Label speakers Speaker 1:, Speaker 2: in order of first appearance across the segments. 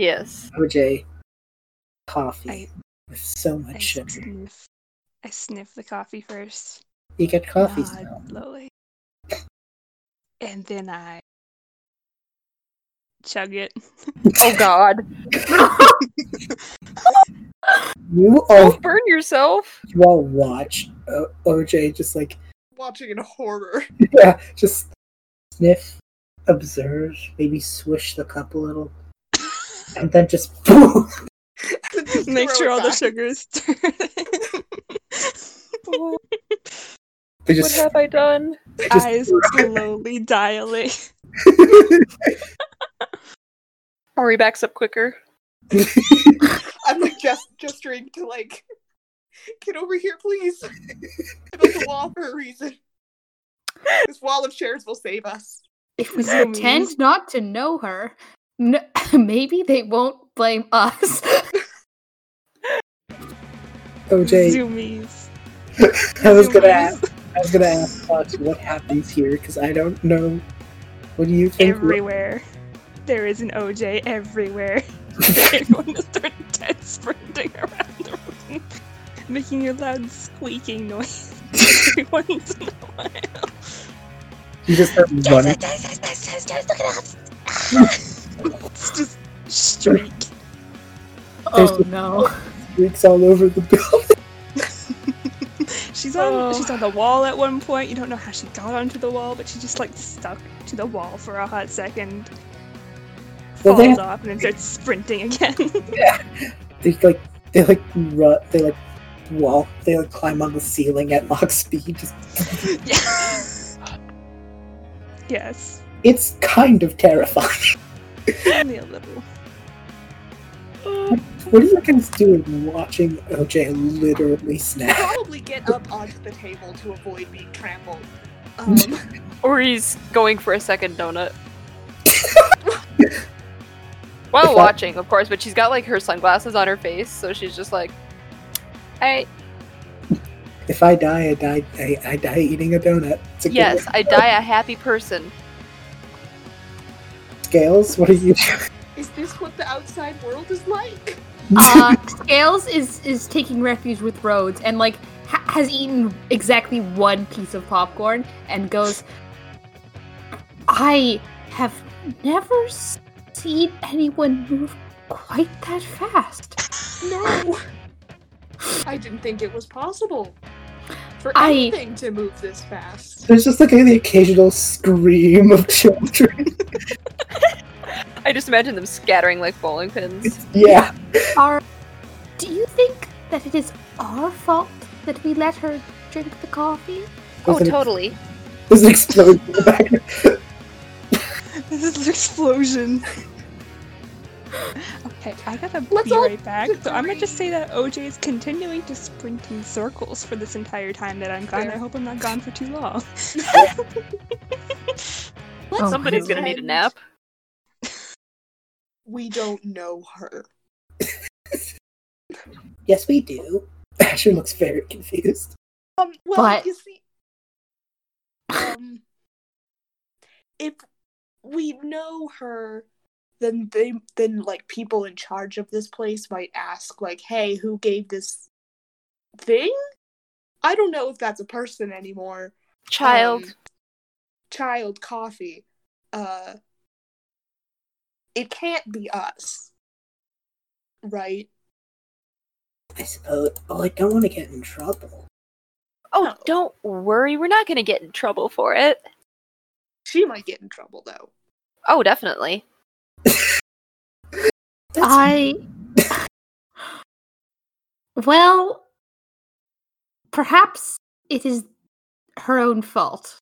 Speaker 1: Yes.
Speaker 2: OJ coffee
Speaker 3: I-
Speaker 2: with so much
Speaker 3: I
Speaker 2: sugar.
Speaker 3: sniff. I sniff the coffee first.
Speaker 2: You get coffee
Speaker 3: nod
Speaker 2: smell.
Speaker 3: slowly. And then I chug it.
Speaker 1: Oh God.
Speaker 2: You all,
Speaker 1: Don't burn yourself.
Speaker 2: you all watch uh, OJ just like
Speaker 4: Watching in horror.
Speaker 2: yeah, just sniff, observe, maybe swish the cup a little, and then just boom.
Speaker 4: Just
Speaker 3: Make
Speaker 4: throw
Speaker 3: sure
Speaker 4: it
Speaker 3: all the
Speaker 4: back.
Speaker 3: sugar is
Speaker 1: Oh,
Speaker 2: They
Speaker 1: what
Speaker 2: just,
Speaker 1: have I done?
Speaker 2: just
Speaker 3: Eyes slowly dilate.
Speaker 1: Ari backs up quicker.
Speaker 4: I'm like gest- gesturing to like get over here, please. I'm on the wall for a reason. This wall of chairs will save us.
Speaker 5: If we
Speaker 3: So mean.
Speaker 5: pretend not to know her, n- maybe they won't blame us.
Speaker 2: OJ.
Speaker 3: Zoomies.
Speaker 2: I was gonna
Speaker 3: Zoomies.
Speaker 2: ask. I was gonna ask Fox what happens here because I don't know. What do you think?
Speaker 3: Everywhere. There is an OJ everywhere. Everyone is turning dead sprinting around the room. Making a loud squeaking noise every once in a while.
Speaker 2: You just heard one.
Speaker 3: It's just streak.
Speaker 5: oh no.
Speaker 2: Freaks all over the building.
Speaker 3: She's on
Speaker 1: Oh.
Speaker 3: she's on the wall at one point. You don't know how she got onto the wall, but she just like stuck to the wall for a hot second.
Speaker 2: Well,
Speaker 3: Falls
Speaker 2: they-
Speaker 3: off and then starts sprinting again.
Speaker 2: They like they like run. They like walk. They like climb on the ceiling at mock speed. Just,
Speaker 3: yes. yes.
Speaker 2: it's kind of terrifying.
Speaker 3: Only a little.
Speaker 4: Oh,
Speaker 2: What are you guys doing watching OJ literally snap?
Speaker 4: Probably get up onto the table to avoid being trampled. Um,
Speaker 1: Or he's going for a second donut. While
Speaker 2: If I-
Speaker 1: watching, of course, but she's got like her sunglasses on her face, so she's just like, "I
Speaker 2: If I die, I die. I, I die eating a donut. It's a good
Speaker 1: yes, I die a happy person."
Speaker 2: one. Scales. What are you?
Speaker 4: is this what the outside world is like?
Speaker 5: Uh, Scales is is taking refuge with Rhodes and like ha- has eaten exactly one piece of popcorn and goes, I have never s- seen anyone move quite that fast.
Speaker 4: No. I didn't think it was possible for
Speaker 5: I-
Speaker 4: anything to move this fast.
Speaker 2: There's just like the occasional scream of children.
Speaker 1: I just imagine them scattering like bowling pins.
Speaker 2: yeah.
Speaker 5: Are do you think that it is our fault that we let her drink the coffee?
Speaker 1: Oh,
Speaker 2: There's an-
Speaker 1: totally.
Speaker 2: There's an explosion in the background.
Speaker 3: This is an explosion. okay, I gotta
Speaker 4: Let's
Speaker 3: be
Speaker 4: all
Speaker 3: right back. So I'm gonna just
Speaker 4: agree.
Speaker 3: say that OJ is continuing to sprint in circles for this entire time that I'm gone.
Speaker 4: Fair.
Speaker 3: I hope I'm not gone for too long.
Speaker 5: Oh my
Speaker 1: Somebody's gonna
Speaker 5: lord.
Speaker 1: need a nap.
Speaker 4: We don't know her.
Speaker 2: Yes, we do. Asher looks very confused.
Speaker 4: Um, well,
Speaker 5: But-
Speaker 4: you see, um, if we know her, then they then like people in charge of this place might ask, like, "Hey, who gave this thing?" I don't know if that's a person anymore.
Speaker 1: Child,
Speaker 4: um, child coffee. Uh, it can't be us, right?
Speaker 2: I suppose. Oh, I don't want to get in trouble.
Speaker 1: oh, don't worry, we're not gonna get in trouble for it.
Speaker 4: She might get in trouble though.
Speaker 1: Oh, definitely.
Speaker 2: That's-
Speaker 5: I. well, perhaps it is her own fault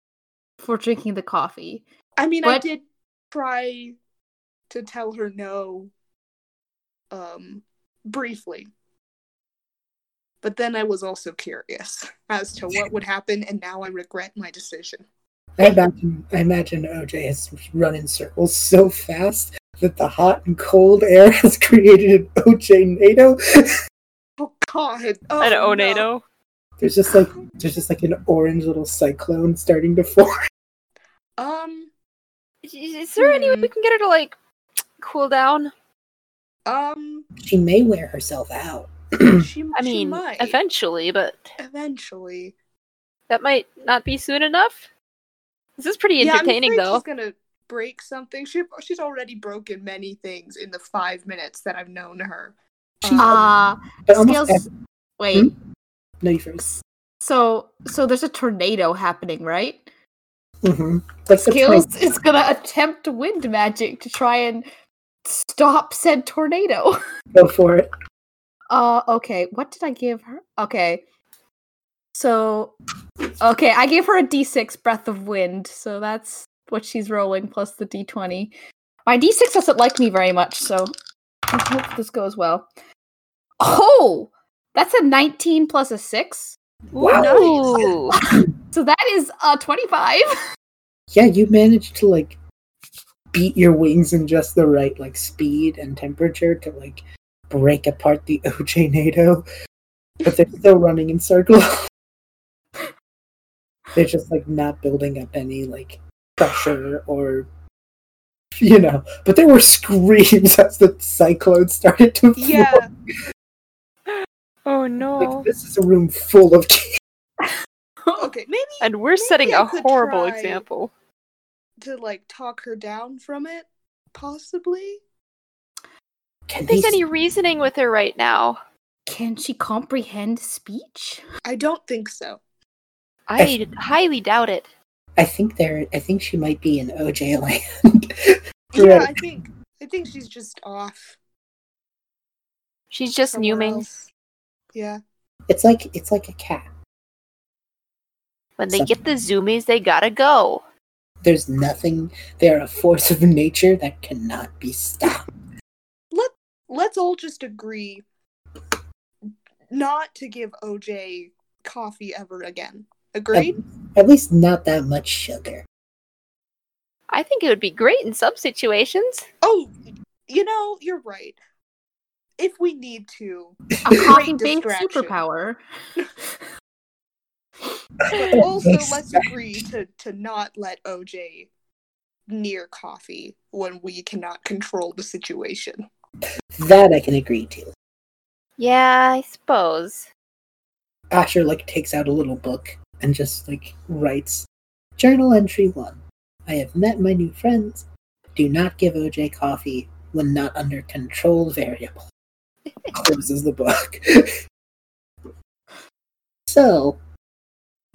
Speaker 5: for drinking the coffee.
Speaker 4: I mean, I
Speaker 5: What-
Speaker 4: did try to tell her no, um, briefly. But then I was also curious as to what would happen, and now I regret my decision.
Speaker 2: I imagine, I imagine OJ has run in circles so fast that the hot and cold air has created an OJ NATO.
Speaker 4: Oh God! Oh,
Speaker 1: An
Speaker 4: no.
Speaker 1: Onedo.
Speaker 2: There's just like there's just like an orange little cyclone starting to form.
Speaker 4: Um,
Speaker 1: Is there any way
Speaker 4: Hmm.
Speaker 1: we can get her to like cool down?
Speaker 4: Um,
Speaker 2: She may wear herself out.
Speaker 4: she.
Speaker 1: I
Speaker 4: she
Speaker 1: mean,
Speaker 4: might.
Speaker 1: eventually, but
Speaker 4: eventually.
Speaker 1: that might not be soon enough. This is pretty entertaining,
Speaker 4: yeah, I'm
Speaker 1: though.
Speaker 4: afraid She's gonna break something. She she's already broken many things in the five minutes that I've known her. Um,
Speaker 5: Uh,
Speaker 2: But almost Hmm?
Speaker 5: Scales. Wait.
Speaker 2: ev- no, you first.
Speaker 5: So, so there's a tornado happening, right?
Speaker 2: hmm That's the point.
Speaker 5: Scales is gonna attempt wind magic to try and stop said tornado.
Speaker 2: Go for it.
Speaker 5: Uh, okay. What did I give her? Okay. So, okay, I gave her a d6 breath of wind, so that's what she's rolling plus the d20. My d6 doesn't like me very much, so I hope this goes well. Oh, that's a 19 plus a 6.
Speaker 2: Wow.
Speaker 1: Ooh.
Speaker 5: So that is uh 25.
Speaker 2: Yeah, you managed to like beat your wings in just the right like speed and temperature to like break apart the OJ NATO, but they're still running in circles. they're just like not building up any like pressure or you know. But there were screams as the cyclone started to. flow.
Speaker 4: yeah,
Speaker 3: Oh
Speaker 2: Like,
Speaker 3: no.
Speaker 2: this is a room full of kids.
Speaker 4: okay, maybe
Speaker 1: And we're setting
Speaker 4: I
Speaker 1: a
Speaker 4: could
Speaker 1: horrible
Speaker 4: try.
Speaker 1: example.
Speaker 4: to like talk her down from it, possibly.
Speaker 2: Can
Speaker 1: I think
Speaker 2: they
Speaker 1: any reasoning with her right now.
Speaker 5: Can she comprehend speech?
Speaker 4: I don't think so.
Speaker 1: I highly doubt it.
Speaker 2: I think they're. I think she might be in OJ land.
Speaker 4: Yeah,
Speaker 2: Right.
Speaker 4: I think I think she's just off.
Speaker 1: She's just
Speaker 4: somewhere
Speaker 1: numing.
Speaker 4: else. Yeah.
Speaker 2: it's like it's like a cat.
Speaker 1: When they get the zoomies, they gotta go.
Speaker 2: There's nothing. They are a force of nature that cannot be stopped.
Speaker 4: Let's all just agree not to give OJ coffee ever again. Agreed?
Speaker 2: At least not that much sugar.
Speaker 1: I think it would be great in some situations.
Speaker 4: Oh, you know, you're right. If we need to,
Speaker 5: A coffee based
Speaker 4: distraction.
Speaker 5: superpower.
Speaker 4: but also
Speaker 2: Makes
Speaker 4: let's agree to to not let OJ near coffee when we cannot control the situation.
Speaker 2: That I can agree to.
Speaker 1: Yeah, I suppose.
Speaker 2: Asher like takes out a little book and just like writes, journal entry one. I have met my new friends. Do not give OJ coffee when not under control variable. Closes the book. so,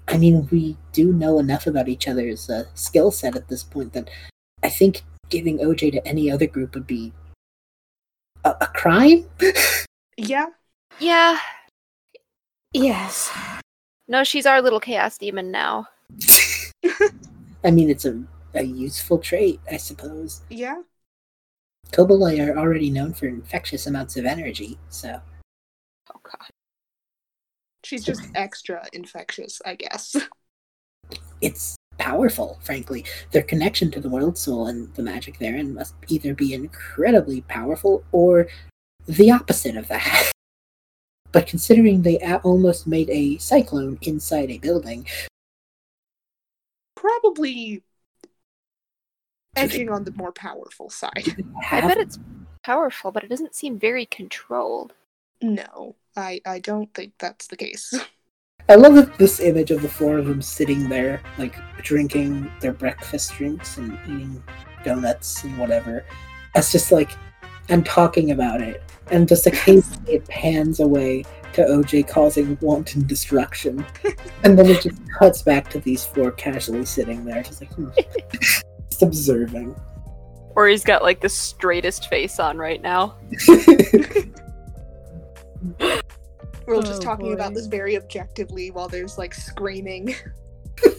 Speaker 2: I mean, we do know enough about each other's uh, skill set at this point that I think giving OJ to any other group would be a, a crime.
Speaker 4: Yeah.
Speaker 1: Yeah.
Speaker 5: Yes.
Speaker 1: No, she's our little chaos demon now.
Speaker 2: I mean, it's a, a useful trait, I suppose.
Speaker 4: Yeah.
Speaker 2: Kobolai are already known for infectious amounts of energy, so
Speaker 1: Oh god.
Speaker 4: She's just extra infectious, I guess.
Speaker 2: it's powerful, frankly. Their connection to the world soul and the magic therein must either be incredibly powerful or the opposite of that. But considering they a- almost made a cyclone inside a building,
Speaker 4: Probably edging on the more powerful side.
Speaker 1: I
Speaker 2: have-
Speaker 1: bet it's powerful, but it doesn't seem very controlled.
Speaker 4: No, I I don't think that's the case.
Speaker 2: I love that this image of the four of them sitting there, like drinking their breakfast drinks and eating donuts and whatever. It's just like, and talking about it, and just occasionally it pans away to OJ causing wanton destruction, and then it just cuts back to these four casually sitting there, just like hmm. just observing.
Speaker 1: Or he's got like the straightest face on right now.
Speaker 4: We're all just
Speaker 5: Oh,
Speaker 4: talking about
Speaker 5: boy.
Speaker 4: this very objectively while there's like screaming.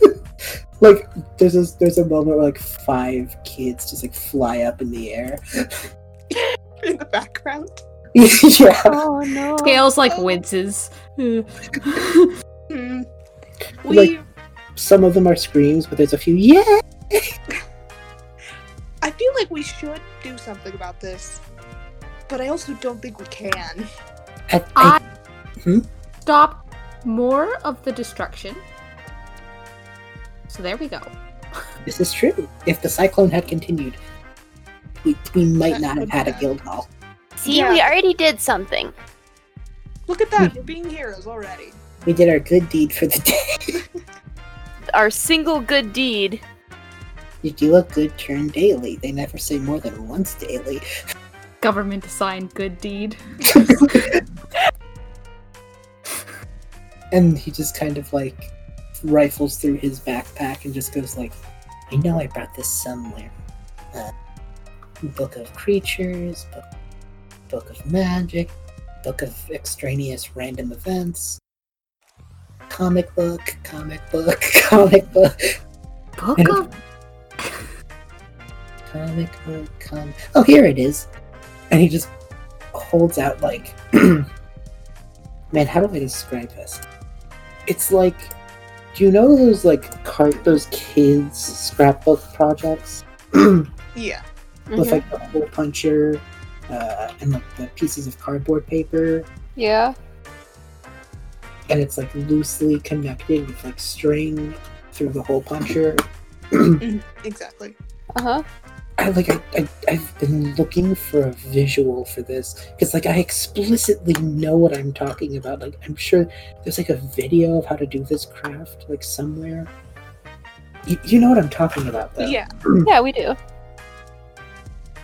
Speaker 2: like there's this, there's a moment where like five kids just like fly up in the air.
Speaker 4: in the background.
Speaker 2: yeah.
Speaker 1: Oh no.
Speaker 5: Scales like winces.
Speaker 4: Hmm.
Speaker 2: Like-
Speaker 4: We,
Speaker 2: Some of them are screams, but there's a few yeah
Speaker 4: I feel like we should do something about this, but I also don't think we can.
Speaker 2: I, I,
Speaker 5: I
Speaker 2: Hmm?
Speaker 5: stop more of the destruction. So there we go.
Speaker 2: this is true. If the cyclone had continued, we, we might
Speaker 4: That
Speaker 2: not have
Speaker 4: would
Speaker 2: had a
Speaker 4: be bad.
Speaker 2: guild hall.
Speaker 6: See,
Speaker 4: Yeah.
Speaker 6: we Hmm. already did something.
Speaker 4: Look at that, we're being heroes already.
Speaker 2: We did our good deed for the day.
Speaker 1: Our single good deed.
Speaker 2: you do a good turn daily. They never say more than once daily.
Speaker 5: Government assigned good deed.
Speaker 2: and he just kind of like rifles through his backpack and just goes like, "I know I brought this somewhere. Uh, book of creatures, book, book of magic, book of extraneous random events, comic book, comic book, comic book."
Speaker 5: Book
Speaker 2: And-
Speaker 5: of
Speaker 2: comic book com oh here it is and he just holds out like man how do i describe this it's like do you know those like cart those kids scrapbook projects
Speaker 4: Yeah.
Speaker 6: Mm-hmm.
Speaker 2: with like the hole puncher uh, and like the pieces of cardboard paper
Speaker 1: Yeah.
Speaker 2: and it's like loosely connected with like string through the hole puncher
Speaker 4: Exactly.
Speaker 1: Uh huh.
Speaker 2: I like I, I I've been looking for a visual for this because like I explicitly know what I'm talking about. Like I'm sure there's like a video of how to do this craft like somewhere. You, you know what I'm talking about though.
Speaker 4: Yeah.
Speaker 1: Yeah, we do.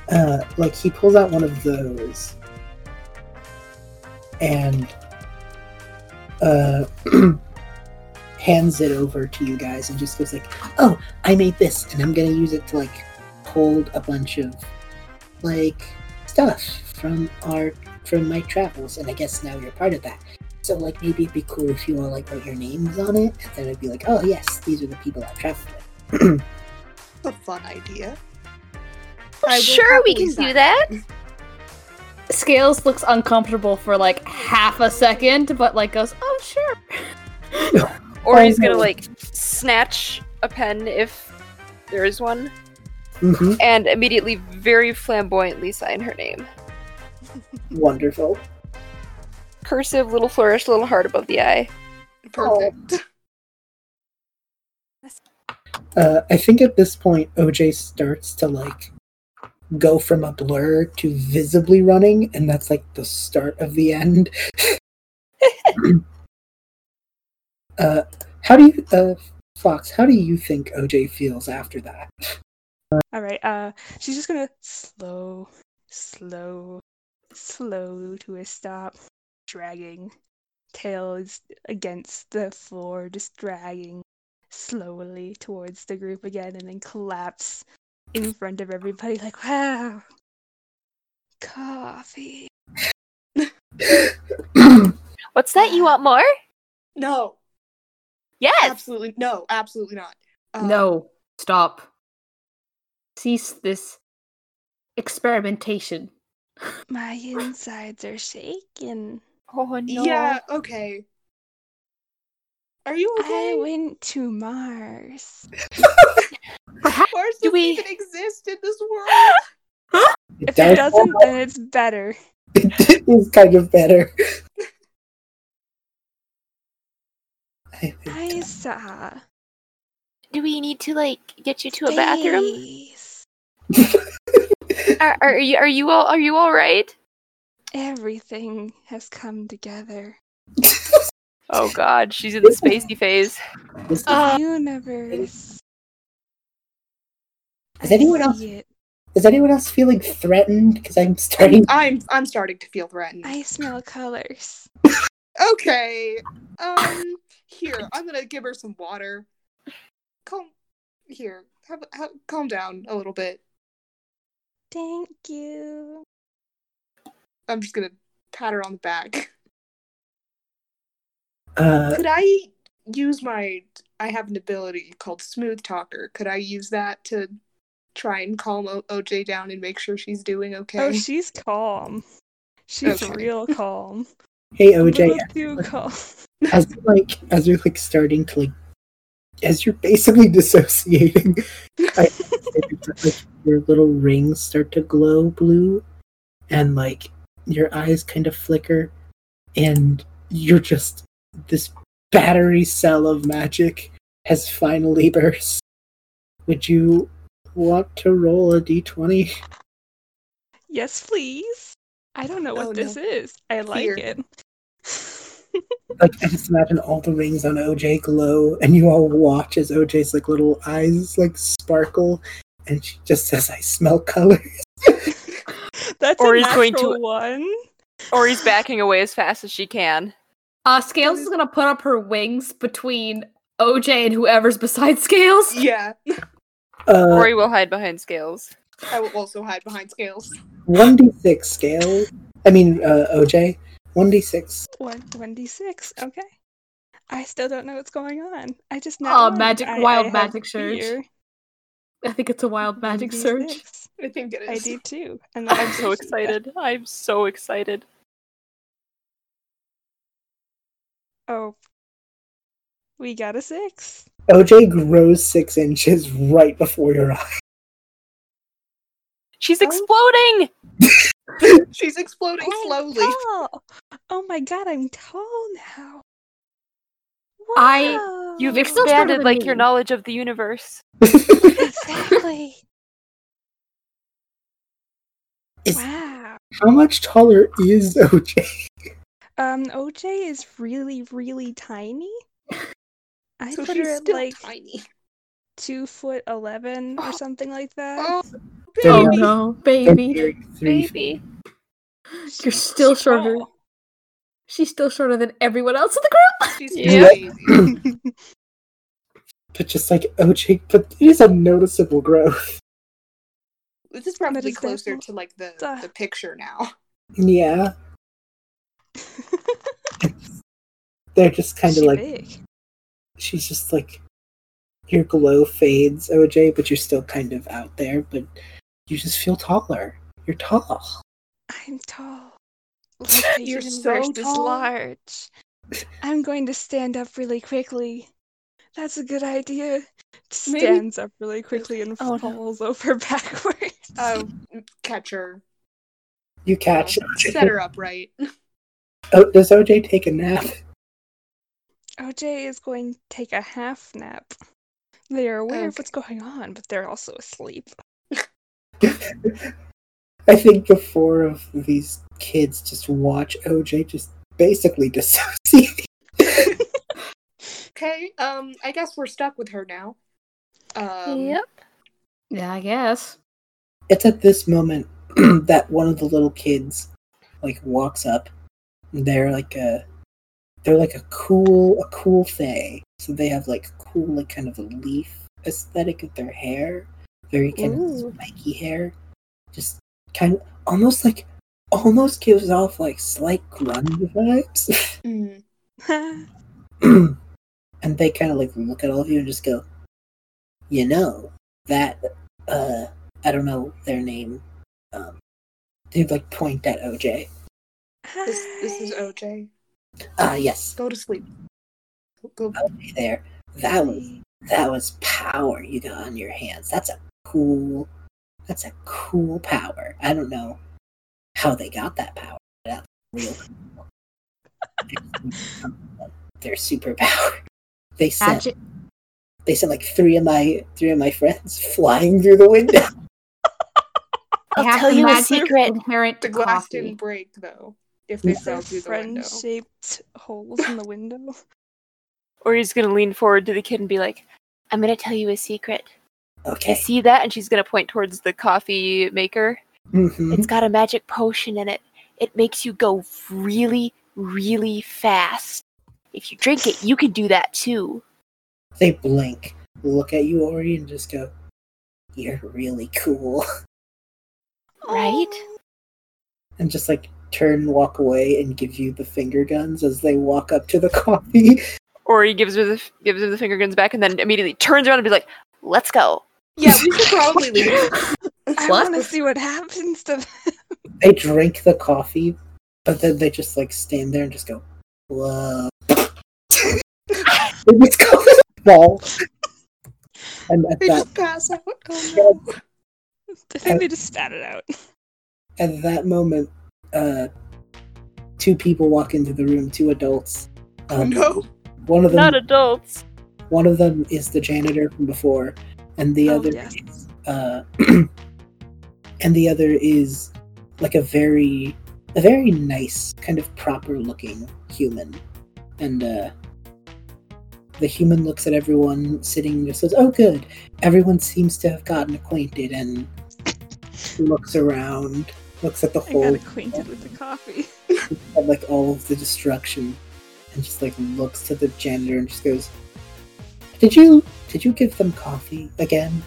Speaker 2: Uh, like he pulls out one of those, and uh, hands it over to you guys and just goes like, "Oh, I made this, and I'm gonna use it to like hold a bunch of like stuff from our from my travels, and I guess now you're part of that." So like maybe it'd be cool if you all like wrote your names on it, and then it'd be like, oh yes, these are the people I traveled with.
Speaker 4: A fun idea.
Speaker 6: I'm sure we can do that.
Speaker 5: Scales looks uncomfortable for like half a second, but like goes, oh sure.
Speaker 1: Or
Speaker 2: Oh,
Speaker 1: he's gonna
Speaker 2: no.
Speaker 1: like snatch a pen if there is one,
Speaker 2: Mm-hmm.
Speaker 1: and immediately very flamboyantly sign her name.
Speaker 2: Wonderful.
Speaker 1: Cursive, little flourish, little heart above the eye.
Speaker 4: Perfect.
Speaker 2: uh, I think at this point OJ starts to like go from a blur to visibly running, and that's like the start of the end. uh, how do you, uh, Fox? How do you think OJ feels after that?
Speaker 3: All right. Uh, she's just gonna slow, slow, slow to a stop, dragging. Tail is against the floor, just dragging slowly towards the group again, and then collapse in front of everybody. Like, wow, coffee.
Speaker 6: What's that? You want more?
Speaker 4: No.
Speaker 6: Yes.
Speaker 4: Absolutely no. Absolutely not. Uh,
Speaker 5: no, stop. Cease this experimentation.
Speaker 3: My insides are shaking.
Speaker 1: Oh no.
Speaker 4: Yeah. Okay. Are you okay?
Speaker 3: I went to Mars.
Speaker 5: Perhaps
Speaker 4: Mars
Speaker 1: Do
Speaker 4: doesn't
Speaker 1: we-
Speaker 4: even exist in this world.
Speaker 3: If it doesn't, then it's better.
Speaker 2: it is kind of better. I think
Speaker 3: I saw
Speaker 6: Do we need to like get you to a bathroom?
Speaker 3: space.
Speaker 6: Are, are you are you all are you all right?
Speaker 3: Everything has come together.
Speaker 1: Oh god, she's in the spacey phase.
Speaker 2: this-
Speaker 3: The universe.
Speaker 2: is anyone
Speaker 3: I
Speaker 2: else
Speaker 3: see it.
Speaker 2: is anyone else feeling threatened? Because I'm starting.
Speaker 4: I'm I'm starting to feel threatened.
Speaker 3: I smell colors.
Speaker 4: Okay. Um. Here, I'm gonna give her some water. Calm. Here, have, have, calm down a little bit.
Speaker 3: Thank you.
Speaker 4: I'm just gonna pat her on the back.
Speaker 2: Uh,
Speaker 4: Could I use my? I have an ability called Smooth Talker. Could I use that to try and calm o- OJ down and make sure she's doing okay?
Speaker 3: Oh, she's calm. She's
Speaker 4: Okay.
Speaker 3: real calm.
Speaker 2: hey
Speaker 3: A
Speaker 2: OJ,
Speaker 3: little Too calm.
Speaker 2: as you're, like as you're like starting to like as you're basically dissociating I, like, your little rings start to glow blue and like your eyes kind of flicker and you're just this battery cell of magic has finally burst would you want to roll a d20
Speaker 3: Yes, please. I don't know what
Speaker 4: Oh,
Speaker 3: this
Speaker 4: no.
Speaker 3: is. I like
Speaker 4: Fear.
Speaker 3: it.
Speaker 2: Like I just imagine all the rings on OJ glow, and you all watch as OJ's like little eyes like sparkle, and she just says, "I smell color."
Speaker 3: That's
Speaker 1: Or
Speaker 3: a
Speaker 1: he's going to-
Speaker 3: natural one.
Speaker 1: Or he's backing away as fast as she can.
Speaker 5: Uh, Scales is gonna put up her wings between OJ and whoever's beside Scales.
Speaker 4: Yeah,
Speaker 2: Uh,
Speaker 1: Ori will hide behind scales.
Speaker 4: I will also hide behind scales.
Speaker 2: one d six scale. I mean uh, OJ. One d six.
Speaker 3: One one d six. Okay. I still don't know what's going on. I just know.
Speaker 5: Aw, magic- wild magic surge.
Speaker 3: surge.
Speaker 5: I think it's a wild magic surge.
Speaker 4: I think it
Speaker 3: I
Speaker 4: is.
Speaker 3: do too. And then
Speaker 1: I'm so excited. I'm so excited.
Speaker 3: Oh, we got a six.
Speaker 2: OJ grows six inches right before your eyes.
Speaker 1: She's exploding!
Speaker 4: She's exploding
Speaker 3: I'm
Speaker 4: slowly.
Speaker 3: tall. Oh my god, I'm tall now.
Speaker 5: I-
Speaker 3: Wow.
Speaker 1: You've
Speaker 5: You're still shorter
Speaker 1: expanded
Speaker 5: than
Speaker 1: like your
Speaker 5: me.
Speaker 1: knowledge of the universe.
Speaker 3: exactly.
Speaker 2: Is-
Speaker 3: wow.
Speaker 2: How much taller is OJ?
Speaker 3: Um, OJ is really, really tiny. I
Speaker 4: So
Speaker 3: put
Speaker 4: she's
Speaker 3: her at
Speaker 4: still
Speaker 3: like
Speaker 4: tiny.
Speaker 3: two foot eleven or
Speaker 4: Oh.
Speaker 3: something like that.
Speaker 4: Oh,
Speaker 5: Oh
Speaker 2: Baby.
Speaker 5: no, baby.
Speaker 2: Three
Speaker 1: Baby.
Speaker 5: You're still
Speaker 3: She's
Speaker 5: shorter.
Speaker 3: tall.
Speaker 5: She's still shorter than everyone else in the group.
Speaker 4: she's
Speaker 1: Yeah.
Speaker 4: crazy.
Speaker 2: but just like OJ, but it is a noticeable growth.
Speaker 4: This is
Speaker 3: But
Speaker 4: probably
Speaker 3: is that
Speaker 4: closer
Speaker 3: not-
Speaker 4: to like the,
Speaker 3: Duh.
Speaker 4: the picture now.
Speaker 2: Yeah, they're just kind of
Speaker 3: She
Speaker 2: like
Speaker 3: big.
Speaker 2: she's just like your glow fades, OJ, but you're still kind of out there, but you just feel taller. You're tall.
Speaker 3: I'm tall. You're
Speaker 4: You're so
Speaker 3: so is
Speaker 4: tall.
Speaker 3: large. I'm going to stand up really quickly. That's a good idea.
Speaker 4: Maybe-
Speaker 3: Stands up really quickly and
Speaker 1: Oh, no.
Speaker 3: falls over backwards.
Speaker 4: Um, catch her.
Speaker 2: You catch OJ.
Speaker 4: Set her up right.
Speaker 2: Oh, does OJ take a nap?
Speaker 3: OJ is going to take a half nap. They are aware of
Speaker 4: Okay.
Speaker 3: what's going on, but they're also asleep.
Speaker 2: I think the four of these kids just watch OJ just basically dissociate.
Speaker 4: Okay. Um, I guess we're stuck with her now. Um,
Speaker 5: Yeah, I guess.
Speaker 2: It's at this moment that one of the little kids like walks up. They're like a they're like a cool a cool fae. So they have like cool like kind of a leaf aesthetic of their hair. Very kind
Speaker 1: Ooh.
Speaker 2: of spiky hair. Just kind of almost like almost gives off like slight grunge vibes.
Speaker 4: mm,
Speaker 2: and they kind of like look at all of you and just go, you know, that, uh, I don't know their name. Um, they like point at OJ.
Speaker 4: this, this is OJ.
Speaker 2: Ah, yes,
Speaker 4: Go to sleep. Go.
Speaker 2: OJ there. That was, that was power you got on your hands. That's a cool, that's a cool power. I don't know how they got that power. but That's real. cool. Their superpower. They sent
Speaker 5: Magic.
Speaker 2: they sent like three of my three of my friends flying through the window.
Speaker 5: I'll
Speaker 6: tell you a secret.
Speaker 5: Inherent
Speaker 4: The
Speaker 5: to
Speaker 4: glass
Speaker 5: coffee.
Speaker 4: didn't break though. If they fell through the
Speaker 3: friend
Speaker 4: window.
Speaker 3: shaped holes in the window.
Speaker 1: Or he's gonna lean forward to the kid and be like,
Speaker 6: I'm gonna tell you a secret.
Speaker 1: You
Speaker 2: Okay.
Speaker 1: see that? And she's gonna point towards the coffee maker.
Speaker 2: Mhm.
Speaker 6: It's got a magic potion in it. It makes you go really, really fast. If you drink it, you can do that too.
Speaker 2: They blink, look at you, Ori, and just go, "You're really cool,"
Speaker 6: Right?
Speaker 2: and just like turn, and walk away, and give you the finger guns as they walk up to the coffee.
Speaker 1: Or he gives her the gives her the finger guns back and then immediately turns around and be like, Let's go.
Speaker 4: Yeah, we should probably leave.
Speaker 3: I
Speaker 5: What?
Speaker 3: want to see what happens to them.
Speaker 2: They drink the coffee, but then they just like stand there and just go, "Whoa!" they just go to the ball. And at
Speaker 4: They
Speaker 2: that,
Speaker 4: just pass out. Oh,
Speaker 2: Yeah.
Speaker 4: no.
Speaker 3: I think they just spat it out.
Speaker 2: at that moment, uh, two people walk into the room, two adults.
Speaker 4: Oh,
Speaker 2: Um,
Speaker 4: no.
Speaker 2: One of them,
Speaker 1: Not adults.
Speaker 2: one of them is the janitor from before, and the
Speaker 3: Oh,
Speaker 2: other,
Speaker 3: yes.
Speaker 2: is, uh, and the other is like a very a very nice, kind of proper looking human. And uh, the human looks at everyone sitting and just says, Oh, good. Everyone seems to have gotten acquainted and looks around, looks at the
Speaker 3: I got
Speaker 2: whole,
Speaker 3: acquainted with the coffee.
Speaker 2: at, like all of the destruction, and just like looks to the janitor and just goes, Did you did you give them coffee again?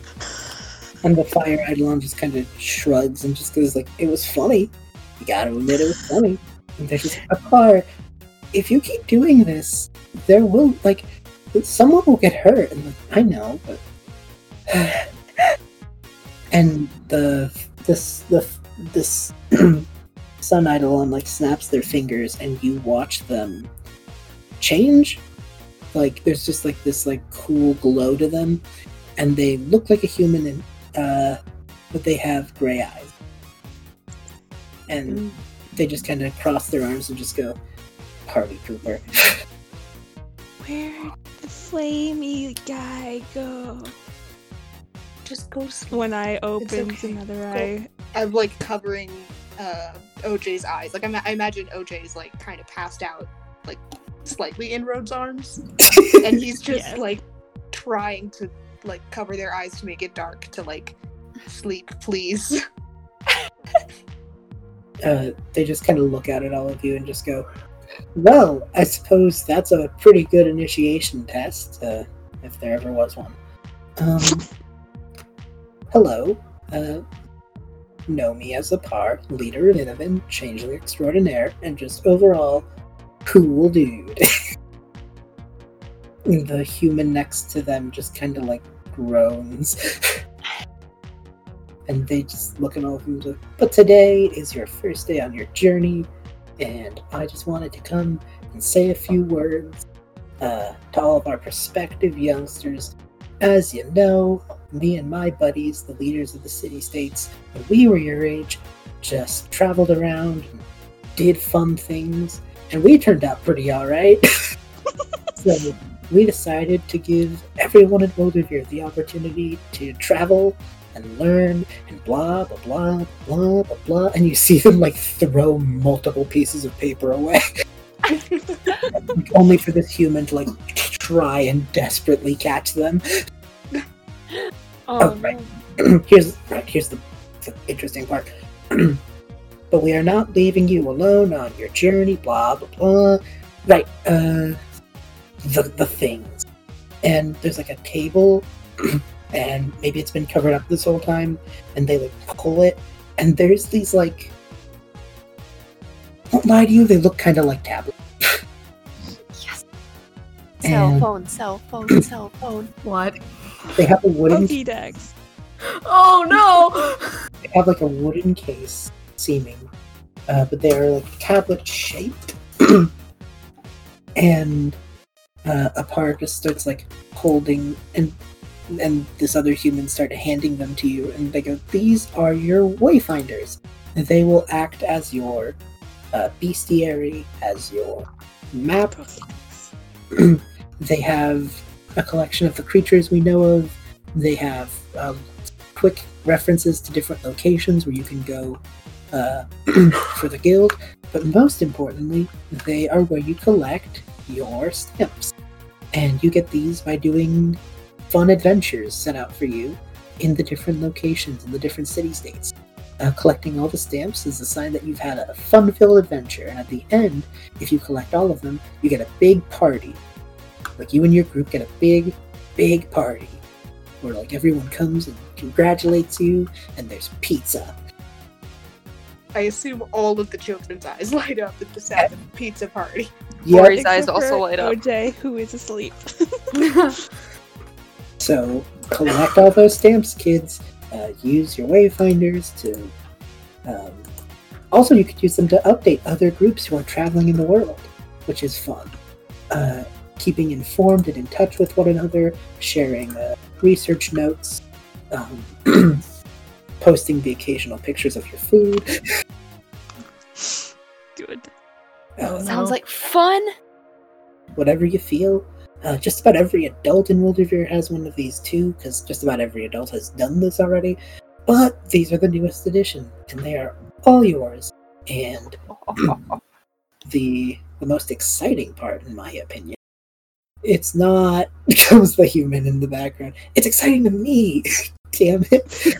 Speaker 2: And the fire eidolon just kind of shrugs and just goes like, "It was funny. You gotta admit it was funny." And they're just a car. If you keep doing this, there will like someone will get hurt. And like, I know, but and the this the this sun eidolon like snaps their fingers, and you watch them change. Like there's just like this like cool glow to them, and they look like a human and uh, but they have gray eyes. And they just kind of cross their arms and just go, Harvey Cooper.
Speaker 3: Where the flamey guy go?
Speaker 4: Just go sleep.
Speaker 3: One eye opens,
Speaker 4: okay.
Speaker 3: another
Speaker 4: Go.
Speaker 3: eye.
Speaker 4: I'm like covering uh, OJ's eyes. Like I'm, I imagine OJ's like kind of passed out, like slightly in Rhodes' arms, and he's just
Speaker 3: Yes.
Speaker 4: like trying to like cover their eyes to make it dark to like sleep, please.
Speaker 2: uh, they just kind of look out at all of you and just go, Well, I suppose that's a pretty good initiation test, uh, if there ever was one. Um, hello. Uh, know me as a par, leader of Innovin, changeling extraordinaire, and just overall, cool dude. the human next to them just kind of like groans. and they just look at all of them like, but today is your first day on your journey, and I just wanted to come and say a few words uh, to all of our prospective youngsters. As you know, me and my buddies, the leaders of the city states, when we were your age, just traveled around and did fun things, and we turned out pretty alright. so we decided to give everyone in Wildervere the opportunity to travel and learn and blah blah blah blah blah blah and you see them like throw multiple pieces of paper away Like, only for this human to like try and desperately catch them
Speaker 6: Oh,
Speaker 2: right. here's right, here's the, the interesting part but we are not leaving you alone on your journey blah blah blah right uh the the things and there's like a table and maybe it's been covered up this whole time and they like pull it and there's these like won't lie to you they look kind of like tablets
Speaker 6: yes. Cell
Speaker 2: And-
Speaker 6: phone, cell phone, cell phone.
Speaker 5: What?
Speaker 2: they have a wooden
Speaker 3: Monkey decks.
Speaker 5: Oh no!
Speaker 2: they have like a wooden case seeming uh, but they are like tablet shaped and uh, a part just starts like holding and and this other human start handing them to you and they go these are your wayfinders they will act as your uh, bestiary as your map they have a collection of the creatures we know of. They have um, quick references to different locations where you can go uh, for the guild. But most importantly, they are where you collect your stamps. And you get these by doing fun adventures set out for you in the different locations in the different city states. Uh, collecting all the stamps is a sign that you've had a fun filled adventure, and at the end, if you collect all of them, you get a big party like you and your group get a big, big party where like everyone comes and congratulates you, and there's pizza.
Speaker 4: I assume all of the children's eyes light up at the sound of the pizza party.
Speaker 1: Yeah.
Speaker 2: Yep.
Speaker 1: His eyes
Speaker 3: Except
Speaker 1: also
Speaker 3: for
Speaker 1: light up.
Speaker 3: OJ, who is asleep.
Speaker 2: So collect all those stamps, kids. Uh, use your wayfinders to. Um, also, you could use them to update other groups who are traveling in the world, which is fun. Uh, keeping informed and in touch with one another, sharing uh, research notes, um, posting the occasional pictures of your food.
Speaker 3: Good.
Speaker 2: uh,
Speaker 6: Sounds like fun.
Speaker 2: whatever you feel. Uh, just about every adult in Wildervere has one of these too, because just about every adult has done this already. But these are the newest edition, and they are all yours. And the the most exciting part, in my opinion, it's not comes the human in the background. It's exciting to me. Damn it!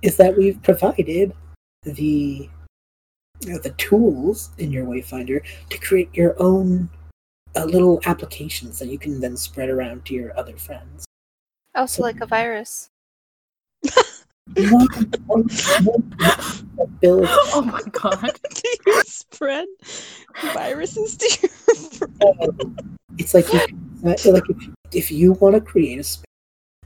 Speaker 2: Is that we've provided the you know, the tools in your Wayfinder to create your own uh, little applications that you can then spread around to your other friends.
Speaker 1: Also, like a virus.
Speaker 2: One, one, one ability
Speaker 5: Oh my god.
Speaker 3: do you spread viruses to your friends?
Speaker 2: It's like you, uh, like if, if you want to create a space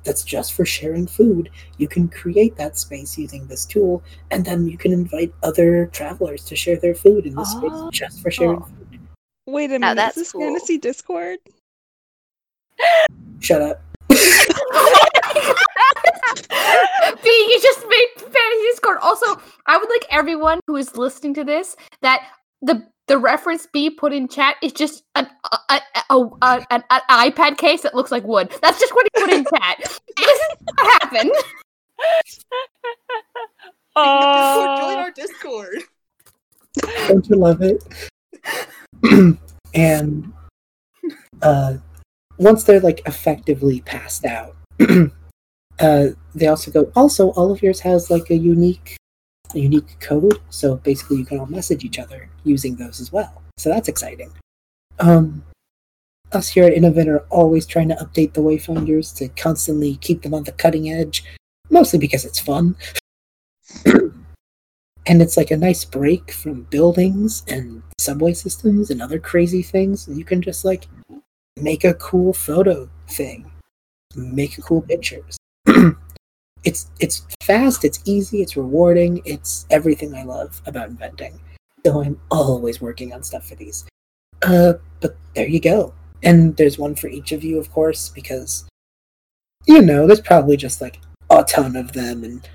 Speaker 2: that's just for sharing food, you can create that space using this tool, and then you can invite other travelers to share their food in this
Speaker 6: Oh.
Speaker 2: space just for sharing. food.
Speaker 3: Wait a
Speaker 1: Now
Speaker 3: minute, is
Speaker 1: that's
Speaker 3: this
Speaker 1: cool.
Speaker 3: fantasy Discord?
Speaker 2: Shut up.
Speaker 5: B, you just made fantasy Discord. Also, I would like everyone who is listening to this that the the reference B put in chat is just an a, a, a, a- an, an iPad case that looks like wood. That's just what he put in chat. this is what happened.
Speaker 4: Discord, join our Discord.
Speaker 2: Don't you love it? and uh, once they're like effectively passed out, uh, they also go. Also, all of yours has like a unique, a unique code. So basically, you can all message each other using those as well. So that's exciting. Um, us here at Innovate are always trying to update the Wayfinders to constantly keep them on the cutting edge, mostly because it's fun and it's like a nice break from buildings and subway systems and other crazy things and you can just like make a cool photo thing make cool pictures it's it's fast it's easy it's rewarding it's everything i love about inventing so i'm always working on stuff for these uh but there you go and there's one for each of you of course because you know there's probably just like a ton of them and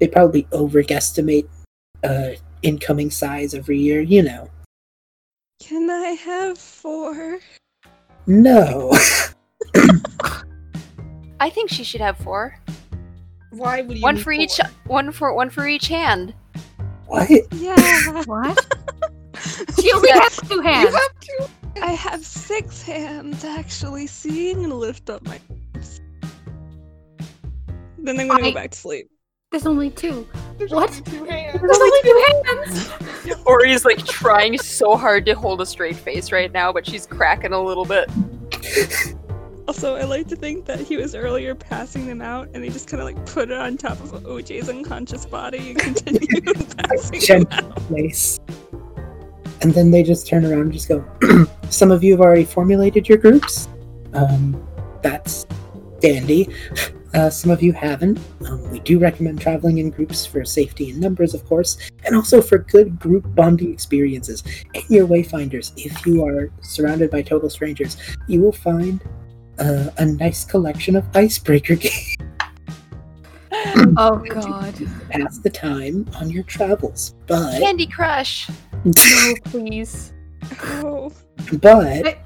Speaker 2: they probably overguesstimate uh, incoming size every year, you know.
Speaker 3: Can I have four?
Speaker 2: No.
Speaker 1: I think she should have four.
Speaker 4: Why would you?
Speaker 1: one
Speaker 4: need
Speaker 1: for each.
Speaker 4: four?
Speaker 1: One for one for each hand.
Speaker 2: what?
Speaker 3: Yeah,
Speaker 5: What? She only
Speaker 1: Yeah.
Speaker 5: has two hands.
Speaker 4: You have to.
Speaker 3: I have six hands actually. See, I'm gonna lift up my. Then I'm gonna
Speaker 5: I-
Speaker 3: go back to sleep.
Speaker 5: There's only two.
Speaker 4: There's
Speaker 5: What?
Speaker 4: only two hands.
Speaker 5: There's only two hands.
Speaker 1: Ori's like trying so hard to hold a straight face right now, but she's cracking a little bit.
Speaker 3: Also, I like to think that he was earlier passing them out, and they just kind of like put it on top of OJ's unconscious body and continue passing them
Speaker 2: Gen-
Speaker 3: out.
Speaker 2: Nice. And then they just turn around and just go, Some of you have already formulated your groups. Um, that's dandy. Uh, some of you haven't. Um, we do recommend traveling in groups for safety in numbers, of course, and also for good group bonding experiences. In your Wayfinders, if you are surrounded by total strangers, you will find uh, a nice collection of icebreaker games.
Speaker 5: Oh god.
Speaker 2: to pass the time on your travels. But,
Speaker 1: Candy Crush.
Speaker 5: No, please.
Speaker 3: Oh,
Speaker 2: but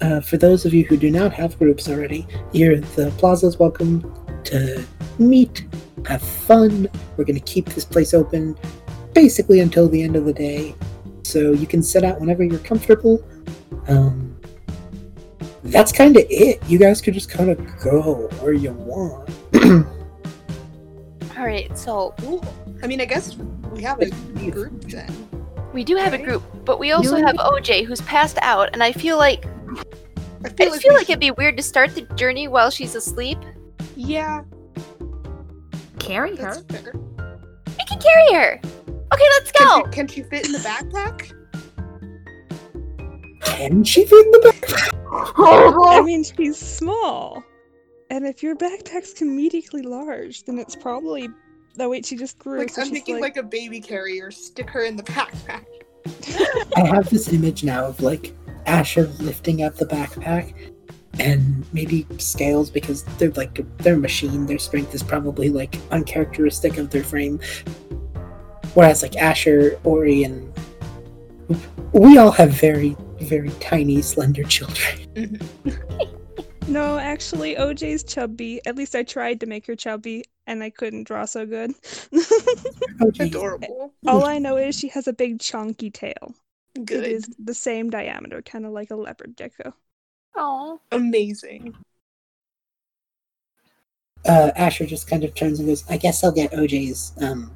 Speaker 2: uh, for those of you who do not have groups already, you're the plaza's welcome to meet, have fun. We're going to keep this place open basically until the end of the day, so you can set out whenever you're comfortable. Um, that's kind of it. You guys could just kind of go where you want.
Speaker 6: All right, so
Speaker 4: Cool. I mean, I guess we have a group then.
Speaker 1: We do have a
Speaker 4: Right.
Speaker 1: group, but we also have OJ who's passed out, and I feel like
Speaker 4: I
Speaker 1: I
Speaker 4: feel like,
Speaker 1: feel
Speaker 4: we
Speaker 1: like it'd be weird to start the journey while she's asleep.
Speaker 4: should- yeah,
Speaker 5: Carry
Speaker 4: that's
Speaker 5: her.
Speaker 4: fair.
Speaker 1: We can carry her. Okay, let's
Speaker 4: Can,
Speaker 1: go.
Speaker 4: she, can she fit in the backpack?
Speaker 2: Can she fit in the back?
Speaker 3: I mean, she's small, and if your backpack's comedically large, then it's probably. Oh wait, she just grew.
Speaker 4: Like
Speaker 3: so
Speaker 4: I'm
Speaker 3: she's,
Speaker 4: thinking like... a baby carrier. Stick her in the backpack.
Speaker 2: I have this image now of like Asher lifting up the backpack and maybe scales because they're like their machine, their strength is probably like uncharacteristic of their frame. Whereas like Asher, Ori, and we all have very, very tiny, slender children.
Speaker 3: No, actually, OJ's chubby. At least I tried to make her chubby. and I couldn't draw so good.
Speaker 2: Oh, geez.
Speaker 4: Adorable.
Speaker 3: All I know is she has a big chonky tail.
Speaker 4: Good.
Speaker 3: It is the same diameter, kind of like a leopard gecko.
Speaker 6: Oh,
Speaker 4: Amazing.
Speaker 2: uh, Asher just kind of turns and goes, I guess I'll get OJ's um,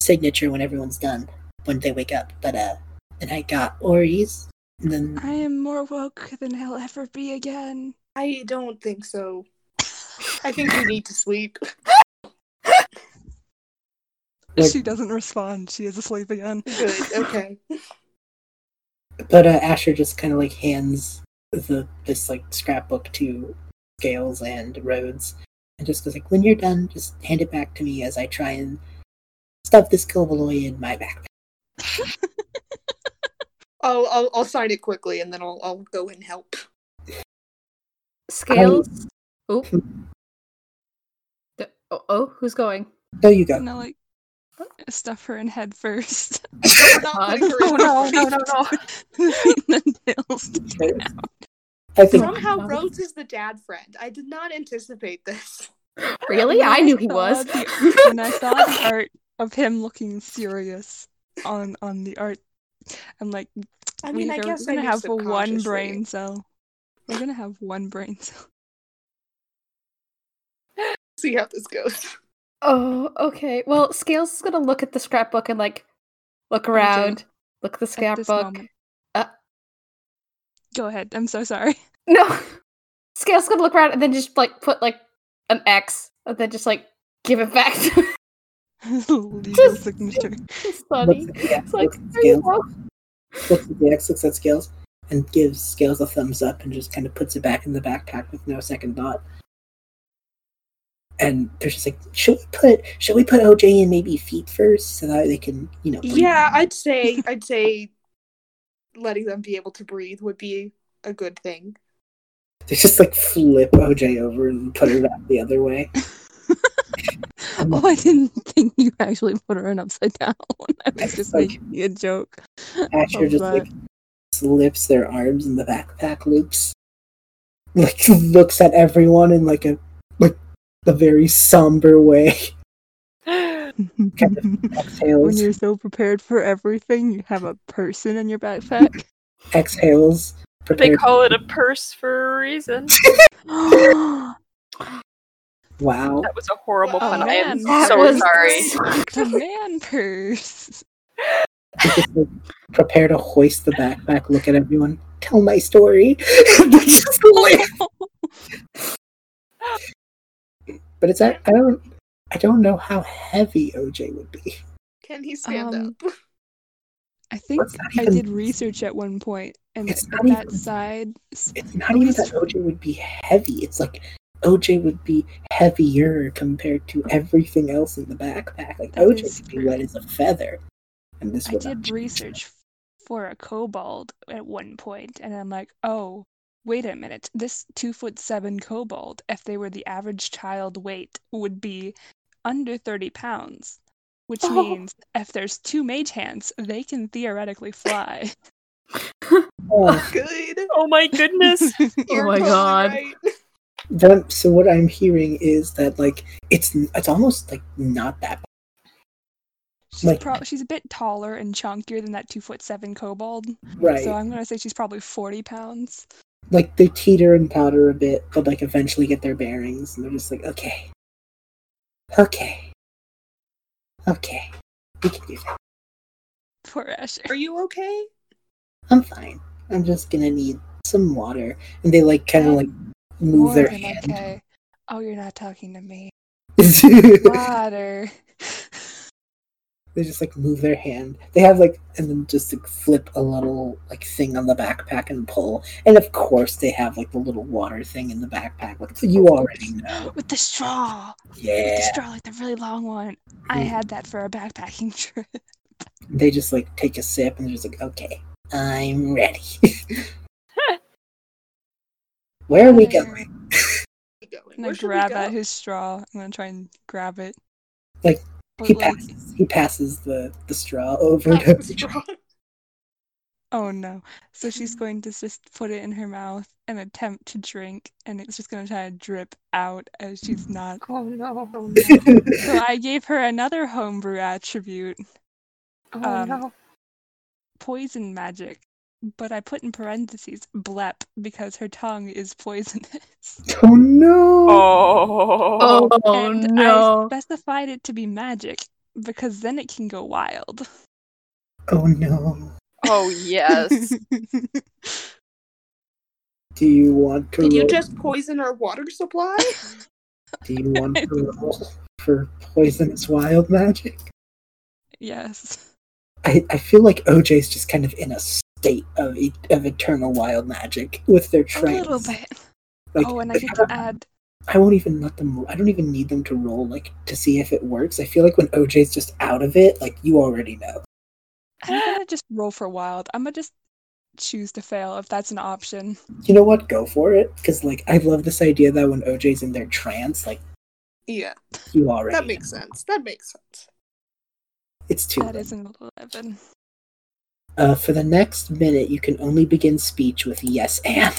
Speaker 2: signature when everyone's done, when they wake up. But uh, and I got Ori's, and then
Speaker 3: I am more woke than I'll ever be again.
Speaker 4: I don't think so. I think you need to sleep.
Speaker 2: Like-
Speaker 3: she doesn't respond. She is asleep again.
Speaker 4: Good. Okay.
Speaker 2: but uh, Asher just kind of like hands the this like scrapbook to Scales and Rhodes, and just goes like, when you're done, just hand it back to me as I try and stuff this Kilballoy in my backpack.
Speaker 4: I'll, I'll I'll sign it quickly and then I'll I'll go and help.
Speaker 5: Scales. Oop. D- oh, oh, who's going?
Speaker 2: There you go.
Speaker 3: And I like stuff her in head first.
Speaker 4: We're not putting her in
Speaker 1: Oh no,
Speaker 4: the
Speaker 1: no, no, no.
Speaker 3: and then tails.
Speaker 2: I
Speaker 4: fridge.
Speaker 2: think
Speaker 4: Somehow Rhodes is the dad friend. I did not anticipate this.
Speaker 5: Really?
Speaker 3: When
Speaker 5: I knew he was.
Speaker 3: saw the- when I saw the art of him looking serious on on the art, I'm like,
Speaker 4: I
Speaker 3: we
Speaker 4: mean, I
Speaker 3: go-
Speaker 4: guess
Speaker 3: we're
Speaker 4: I
Speaker 3: gonna
Speaker 4: knew
Speaker 3: have one
Speaker 4: subconsciously.
Speaker 3: brain cell. We're gonna have one brain cell.
Speaker 4: See how this goes.
Speaker 5: Oh, okay. Well, Scales is gonna look at the scrapbook and like look around, look at the
Speaker 3: at this
Speaker 5: scrapbook.
Speaker 3: moment.
Speaker 5: Uh,
Speaker 3: Go ahead. I'm so sorry.
Speaker 5: No, Scales is gonna look around and then just like put like an X and then just like give it back to
Speaker 3: Legal
Speaker 5: Just-
Speaker 3: signature.
Speaker 5: Sonny.
Speaker 2: Looks at- yeah,
Speaker 5: It's like
Speaker 2: looks at
Speaker 5: there you
Speaker 2: Scales,
Speaker 5: go.
Speaker 2: looks at the X, looks at Scales, and gives Scales a thumbs up and just kind of puts it back in the backpack with no second thought. And they're just like, should we put should we put OJ in maybe feet first so that they can you know breathe?"
Speaker 4: Yeah, I'd say I'd say letting them be able to breathe would be a good thing.
Speaker 2: They just like flip OJ over and put it out the other way.
Speaker 3: oh, I didn't think you actually put her in upside down. I was just
Speaker 2: Like-
Speaker 3: making a joke.
Speaker 1: Oh,
Speaker 2: Asher
Speaker 3: Love
Speaker 2: just
Speaker 3: that.
Speaker 2: like slips their arms in the backpack loops, like looks at everyone in like a like a very somber way.
Speaker 3: when
Speaker 2: Exhales.
Speaker 3: you're so prepared for everything, you have a person in your backpack.
Speaker 2: exhales.
Speaker 1: They
Speaker 2: Prepared.
Speaker 1: call it a purse for a reason.
Speaker 3: the
Speaker 2: wow.
Speaker 1: That was a horrible
Speaker 4: Wow.
Speaker 1: pun. I am
Speaker 3: Man, that
Speaker 1: so
Speaker 3: was-
Speaker 1: sorry.
Speaker 3: man purse.
Speaker 2: They just, like, prepare to hoist the backpack. Look at everyone. Tell my story. They just laugh. but it's I, I don't I don't know how heavy OJ would be.
Speaker 4: Can he stand
Speaker 3: Um,
Speaker 4: up?
Speaker 3: I think
Speaker 2: It's not
Speaker 3: I
Speaker 2: even-
Speaker 3: did research at one point, and
Speaker 2: It's
Speaker 3: at
Speaker 2: not
Speaker 3: that
Speaker 2: even-
Speaker 3: side, s-
Speaker 2: It's not even that OJ would be heavy. It's like OJ would be heavier compared to everything else in the backpack. Like
Speaker 3: That
Speaker 2: OJ
Speaker 3: is
Speaker 2: would
Speaker 3: true.
Speaker 2: be wet as a feather. And this
Speaker 3: I
Speaker 2: would
Speaker 3: did research for a kobold at one point, and I'm like, oh, wait a minute. This two foot seven kobold, if they were the average child weight, would be under 30 pounds, which
Speaker 5: Oh.
Speaker 3: means if there's two mage hands, they can theoretically fly.
Speaker 2: Oh,
Speaker 4: Good.
Speaker 1: Oh my goodness.
Speaker 4: You're
Speaker 5: my God.
Speaker 4: right.
Speaker 2: that, so what I'm hearing is that like it's it's almost like not that
Speaker 3: she's,
Speaker 2: Like-
Speaker 3: pro- she's a bit taller and chunkier than that two foot seven kobold,
Speaker 2: right.
Speaker 3: so I'm gonna say she's probably 40 pounds.
Speaker 2: like they teeter and powder a bit, but like eventually get their bearings, and they're just like, okay, okay, okay, we can do that.
Speaker 3: Poor Asher.
Speaker 4: Are you okay?
Speaker 2: I'm fine. I'm just gonna need some water, and they like kind of like move
Speaker 3: More
Speaker 2: their
Speaker 3: than
Speaker 2: hand.
Speaker 3: okay. Oh, you're not talking to me. Water.
Speaker 2: they just like move their hand. They have like, and then just like flip a little like thing on the backpack and pull, and of course they have like the little water thing in the backpack. Like you already know,
Speaker 3: with the straw. With the
Speaker 2: yeah.
Speaker 3: straw, like the really long one. I
Speaker 2: Mhm.
Speaker 3: had that for a backpacking trip.
Speaker 2: they just like take a sip and they're just like, okay, I'm ready. Where are we going?
Speaker 3: I'm gonna
Speaker 4: Where should we
Speaker 3: grab
Speaker 4: go?
Speaker 3: at his straw. I'm gonna try and grab it.
Speaker 2: Like,
Speaker 3: But,
Speaker 2: He
Speaker 3: like,
Speaker 2: passes. He passes the the straw over
Speaker 4: Not
Speaker 2: to
Speaker 4: so strong.
Speaker 3: Oh no. So she's going to just put it in her mouth and attempt to drink, and it's just going to try to drip out as she's not.
Speaker 6: Oh no.
Speaker 4: Oh, no.
Speaker 3: So I gave her another homebrew attribute,
Speaker 6: Oh
Speaker 3: Um,
Speaker 6: no.
Speaker 3: poison magic, but I put in parentheses blep because her tongue is poisonous.
Speaker 2: Oh no!
Speaker 1: Oh.
Speaker 5: Oh,
Speaker 3: and I
Speaker 5: no.
Speaker 3: specified it to be magic because then it can go wild.
Speaker 2: Oh no!
Speaker 1: Oh, yes.
Speaker 2: Do you want to?
Speaker 4: Did you
Speaker 2: roll-
Speaker 4: just poison our water supply?
Speaker 2: Do you want to roll for poisonous wild magic?
Speaker 3: yes.
Speaker 2: I, I feel like OJ's just kind of in a state of e- of eternal wild magic with their
Speaker 3: A
Speaker 2: trance.
Speaker 3: little bit.
Speaker 2: Like,
Speaker 3: oh, and I
Speaker 2: they
Speaker 3: get to
Speaker 2: haven't-
Speaker 3: add
Speaker 2: I won't even let them. I don't even need them to roll like to see if it works. I feel like when OJ's just out of it, like you already know.
Speaker 3: I'm gonna just roll for wild. I'm gonna just choose to fail if that's an option.
Speaker 2: You know what? Go for it. Because like I love this idea that when OJ's in their trance, like
Speaker 4: yeah,
Speaker 2: you already.
Speaker 4: that makes sense. That makes sense.
Speaker 2: know. It's too.
Speaker 3: That
Speaker 2: late.
Speaker 3: is an eleven.
Speaker 2: Uh, for the next minute, you can only begin speech with yes and.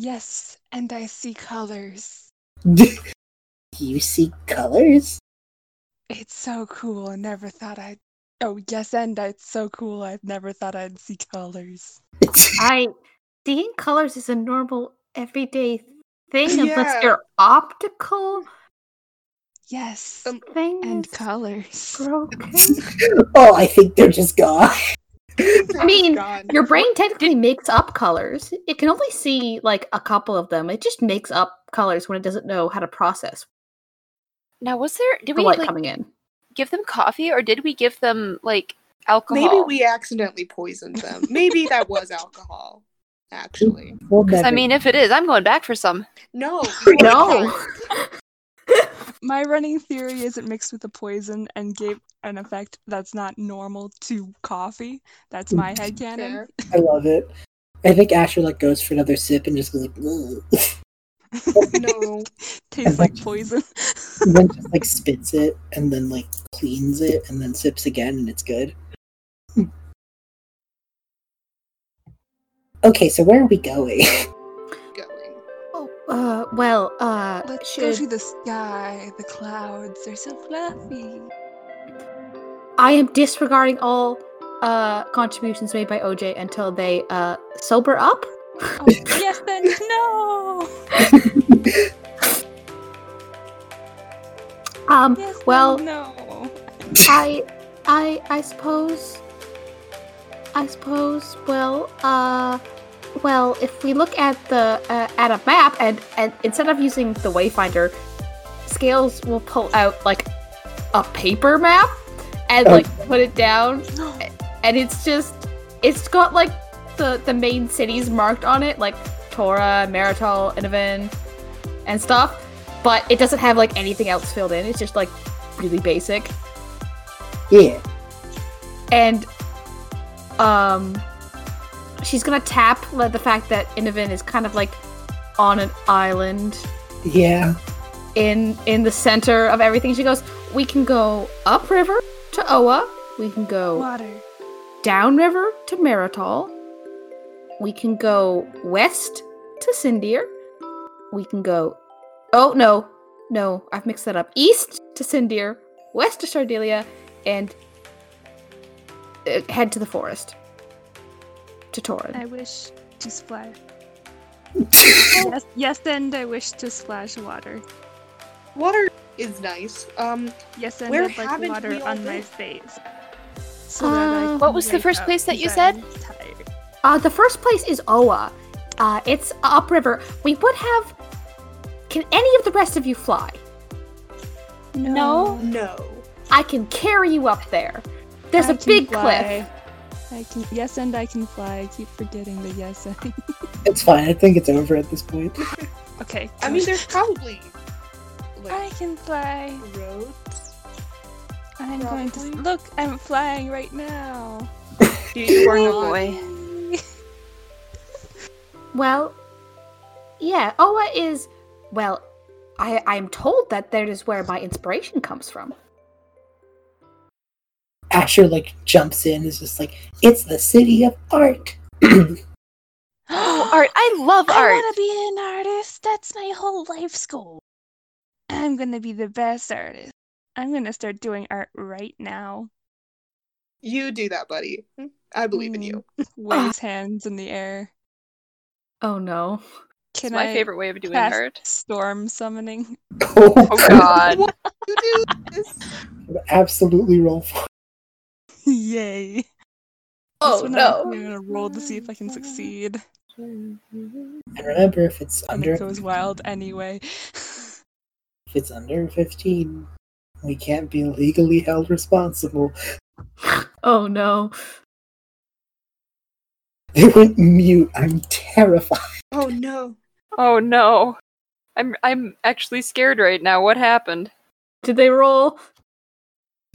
Speaker 3: Yes, and I see colors.
Speaker 2: you see colors?
Speaker 3: It's so cool. I never thought I'd. Oh yes, and it's so cool. I've never thought I'd see colors.
Speaker 5: I seeing colors is a normal everyday thing
Speaker 4: Yeah.
Speaker 5: unless your optical
Speaker 3: Yes,
Speaker 4: Um,
Speaker 5: thing
Speaker 3: and
Speaker 5: is
Speaker 3: colors.
Speaker 5: broken.
Speaker 2: oh, I think they're just gone.
Speaker 5: I mean,
Speaker 4: Oh God.
Speaker 5: your brain technically makes up colors. It can only see like a couple of them. It just makes up colors when it doesn't know how to process
Speaker 6: Now was there did
Speaker 5: the
Speaker 6: we
Speaker 5: light
Speaker 6: like
Speaker 5: coming in.
Speaker 6: give them coffee or did we give them like alcohol?
Speaker 4: maybe we accidentally poisoned them. Maybe that was alcohol. Actually,
Speaker 2: We'll
Speaker 6: Because I
Speaker 2: never-
Speaker 6: mean, if it is, I'm going back for some.
Speaker 4: no. you were
Speaker 5: No.
Speaker 4: fine.
Speaker 3: My running theory is it mixed with a poison and gave an effect that's not normal to coffee. That's my headcanon.
Speaker 4: Fair.
Speaker 2: I love it. I think Asher like goes for another sip and just goes like, "Ugh,"
Speaker 4: No.
Speaker 3: Tastes like poison.
Speaker 2: and then just like spits it and then like cleans it and then sips again and it's good. Hmm. Okay, so where are we going?
Speaker 4: Going.
Speaker 5: Oh, uh, well, uh,
Speaker 3: Let's go
Speaker 5: should
Speaker 3: to the sky. The clouds are so fluffy.
Speaker 5: I am disregarding all uh contributions made by OJ until they uh sober up.
Speaker 3: Oh, yes, then no.
Speaker 5: Um,
Speaker 3: Yes,
Speaker 5: well,
Speaker 3: then no.
Speaker 5: I, I, I suppose, I suppose. Well, uh, well, if we look at the uh, at a map, and and instead of using the wayfinder, scales will pull out like a paper map and
Speaker 2: Oh.
Speaker 5: like put it down, and it's just it's got like the the main cities marked on it, like Tora, Maritol, Innovan, and stuff. But it doesn't have like anything else filled in. It's just like really basic
Speaker 2: yeah.
Speaker 5: and um she's gonna tap like, the fact that Innovan is kind of like on an island
Speaker 2: Yeah.
Speaker 5: in in the center of everything she goes we can go upriver to oa we can go
Speaker 3: Water.
Speaker 5: downriver to maritol we can go west to sindir we can go oh no no i've mixed that up east to sindir west to sardelia and uh, head to the forest to Torin.
Speaker 3: I wish to splash. yes, yes, and I wish to splash water.
Speaker 4: Water is nice. Um,
Speaker 3: Yes, and
Speaker 4: Where
Speaker 3: I'd like
Speaker 4: haven't
Speaker 3: water
Speaker 4: we
Speaker 3: on my
Speaker 4: already-
Speaker 3: face. So that I
Speaker 5: Uh,
Speaker 3: can
Speaker 5: What
Speaker 6: Ah, was the
Speaker 3: wake
Speaker 6: first
Speaker 3: up
Speaker 6: place that you
Speaker 3: 'cause
Speaker 6: said?
Speaker 3: I'm tired.
Speaker 5: Uh, the first place is Oa. Uh, it's upriver. We would have. Can any of the rest of you fly?
Speaker 6: No.
Speaker 4: no.
Speaker 5: I can carry you up there. There's
Speaker 3: a
Speaker 5: a big cliff.
Speaker 3: I can yes, and I can fly. I keep forgetting the yes. And.
Speaker 2: It's fine. I think it's over at this point.
Speaker 3: okay.
Speaker 4: I mean, there's probably
Speaker 3: I
Speaker 4: like
Speaker 3: can fly.
Speaker 4: roads.
Speaker 3: I'm going to
Speaker 4: Probably.
Speaker 3: look. I'm flying right now.
Speaker 4: Do you are not-
Speaker 3: boy.
Speaker 5: Well, yeah, Oa is. Well, I I'm told that that is where my inspiration comes from.
Speaker 2: Asher like jumps in, is just like, it's the city of art.
Speaker 6: Oh, art. I love
Speaker 3: I
Speaker 6: art.
Speaker 3: want to be an artist. That's my whole life's goal. I'm going to be the best artist. I'm going to start doing art right now.
Speaker 4: You do that, buddy. I believe in you.
Speaker 1: Ah.
Speaker 3: Waves hands in the air.
Speaker 5: Oh no.
Speaker 1: It's
Speaker 3: Can
Speaker 1: my
Speaker 3: I
Speaker 1: favorite way of doing
Speaker 3: cast
Speaker 1: art.
Speaker 3: Storm summoning.
Speaker 1: Oh
Speaker 3: Mm.
Speaker 1: god.
Speaker 4: You do this.
Speaker 2: Absolutely roll for
Speaker 3: Yay.
Speaker 5: Oh
Speaker 3: This one
Speaker 5: no.
Speaker 3: I'm going to roll to see if I can succeed.
Speaker 6: Hmm,
Speaker 2: And remember, if it's
Speaker 3: And
Speaker 2: under
Speaker 3: it goes wild anyway.
Speaker 2: if it's under fifteen, we can't be legally held responsible.
Speaker 5: Oh no.
Speaker 2: They went mute. I'm terrified.
Speaker 4: Oh no.
Speaker 1: Oh no. I'm I'm actually scared right now. What happened?
Speaker 5: Did they roll?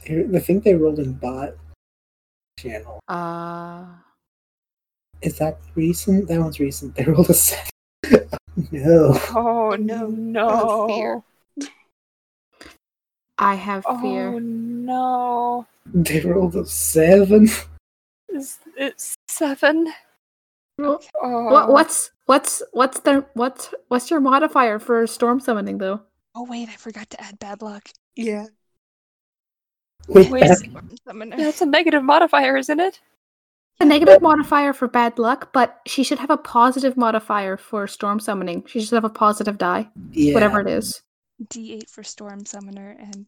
Speaker 2: They're- I think they rolled in bot channel.
Speaker 5: Uh
Speaker 2: Is that recent? That one's recent. They rolled a seven. no.
Speaker 1: Oh
Speaker 4: no.
Speaker 1: No.
Speaker 4: Oh, fear.
Speaker 5: I have
Speaker 1: Oh
Speaker 5: fear.
Speaker 1: no.
Speaker 2: They rolled a seven.
Speaker 1: Is it seven?
Speaker 5: Well,
Speaker 1: Oh.
Speaker 5: What what's what's what's the what's what's your modifier for storm summoning though?
Speaker 3: oh, wait, I forgot to add bad luck.
Speaker 4: Yeah.
Speaker 2: Wait,
Speaker 1: Wait.
Speaker 2: that-
Speaker 3: Storm summoner.
Speaker 1: That's a negative modifier, isn't it?
Speaker 5: A negative modifier for bad luck, but she should have a positive modifier for storm summoning. She should have a positive die,
Speaker 2: yeah.
Speaker 5: whatever it is.
Speaker 3: D8 for Storm Summoner, and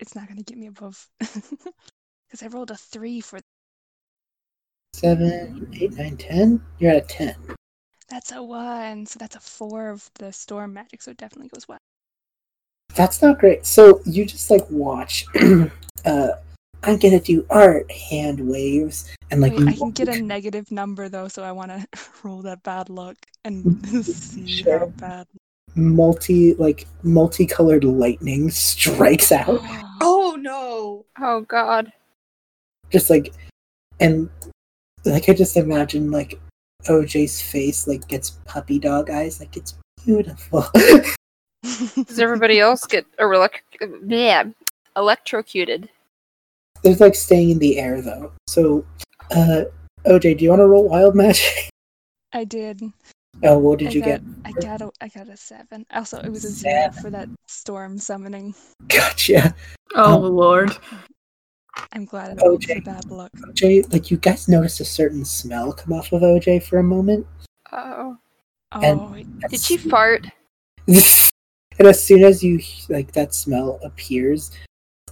Speaker 3: it's not going to get me above. Because I rolled a 3 for
Speaker 2: Seven, eight, nine, ten. You're at a ten.
Speaker 3: That's a 1, so that's a 4 of the Storm magic, so it definitely goes well.
Speaker 2: That's not great. So you just like watch. uh, I'm gonna do art hand waves and like.
Speaker 3: Wait, I can get
Speaker 2: walk.
Speaker 3: a negative number though, so I want to roll that bad luck and see
Speaker 2: Sure.
Speaker 3: how bad.
Speaker 2: multi like multicolored lightning strikes out
Speaker 4: Oh no.
Speaker 1: Oh god.
Speaker 2: just like and like i just imagine like oj's face like gets puppy dog eyes like it's beautiful
Speaker 1: Does everybody else get elec- yeah, electrocuted?
Speaker 2: they're like staying in the air though so uh oj do you want to roll wild magic
Speaker 3: I did.
Speaker 2: oh what did
Speaker 3: I
Speaker 2: you
Speaker 3: got,
Speaker 2: get
Speaker 3: I got a, I got a seven. Also, it was a zero for that storm summoning.
Speaker 2: gotcha
Speaker 5: Oh
Speaker 2: Oh.
Speaker 5: lord.
Speaker 3: I'm glad I rolled
Speaker 2: Okay.
Speaker 3: for bad luck.
Speaker 2: oj like you guys noticed a certain smell come off of oj for a moment
Speaker 1: Oh.
Speaker 3: Oh,
Speaker 1: Did she fart?
Speaker 2: and as soon as you like that smell appears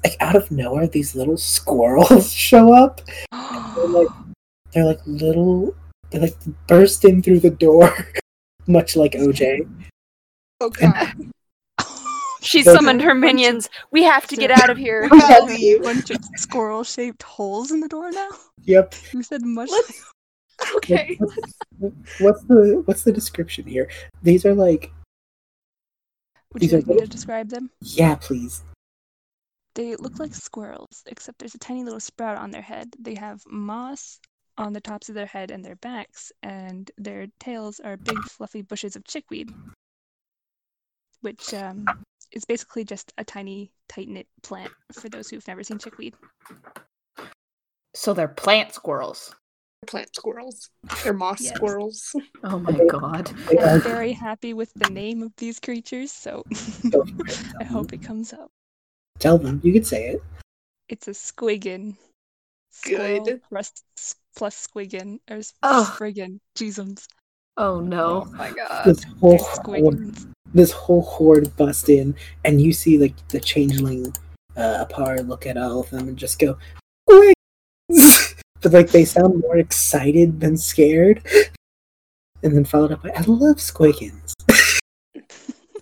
Speaker 2: like out of nowhere these little squirrels show up they're like they're like little they like burst in through the door much like oj
Speaker 4: Oh god.
Speaker 1: She
Speaker 2: Okay.
Speaker 1: summoned her minions. We have to get out of here.
Speaker 4: We
Speaker 3: There's
Speaker 4: gotta
Speaker 3: a
Speaker 4: leave.
Speaker 3: bunch of squirrel-shaped holes in the door now.
Speaker 2: yep
Speaker 3: You said much.
Speaker 4: Let's-
Speaker 3: like-
Speaker 4: Okay.
Speaker 2: what's the what's the description here these are like
Speaker 3: Would you
Speaker 2: These are
Speaker 3: like me
Speaker 2: what?
Speaker 3: to describe them?
Speaker 2: yeah please
Speaker 3: They look like squirrels, except there's a tiny little sprout on their head. They have moss on the tops of their head and their backs, and their tails are big, fluffy bushes of chickweed, which um, is basically just a tiny, tight knit plant for those who've never seen chickweed.
Speaker 5: So they're plant squirrels.
Speaker 4: Plant squirrels. They're moss
Speaker 3: Yes.
Speaker 4: squirrels.
Speaker 5: Oh my
Speaker 2: Okay.
Speaker 5: god.
Speaker 2: they
Speaker 3: I'm
Speaker 2: are
Speaker 3: very happy with the name of these creatures, so
Speaker 2: Go for it.
Speaker 3: I hope it comes up.
Speaker 2: tell them you could say it
Speaker 3: It's a squiggin.
Speaker 4: Good.
Speaker 3: Squirrel Plus, plus squiggin. Or s-
Speaker 5: Ugh.
Speaker 3: spriggin. Jeezums.
Speaker 5: Oh
Speaker 1: Oh
Speaker 5: no.
Speaker 1: my god.
Speaker 2: this whole horde,
Speaker 3: Squiggins.
Speaker 2: this whole horde bust in and you see like the changeling uh apar look at all of them and just go quick but like they sound more excited than scared and then followed up by i love squiggins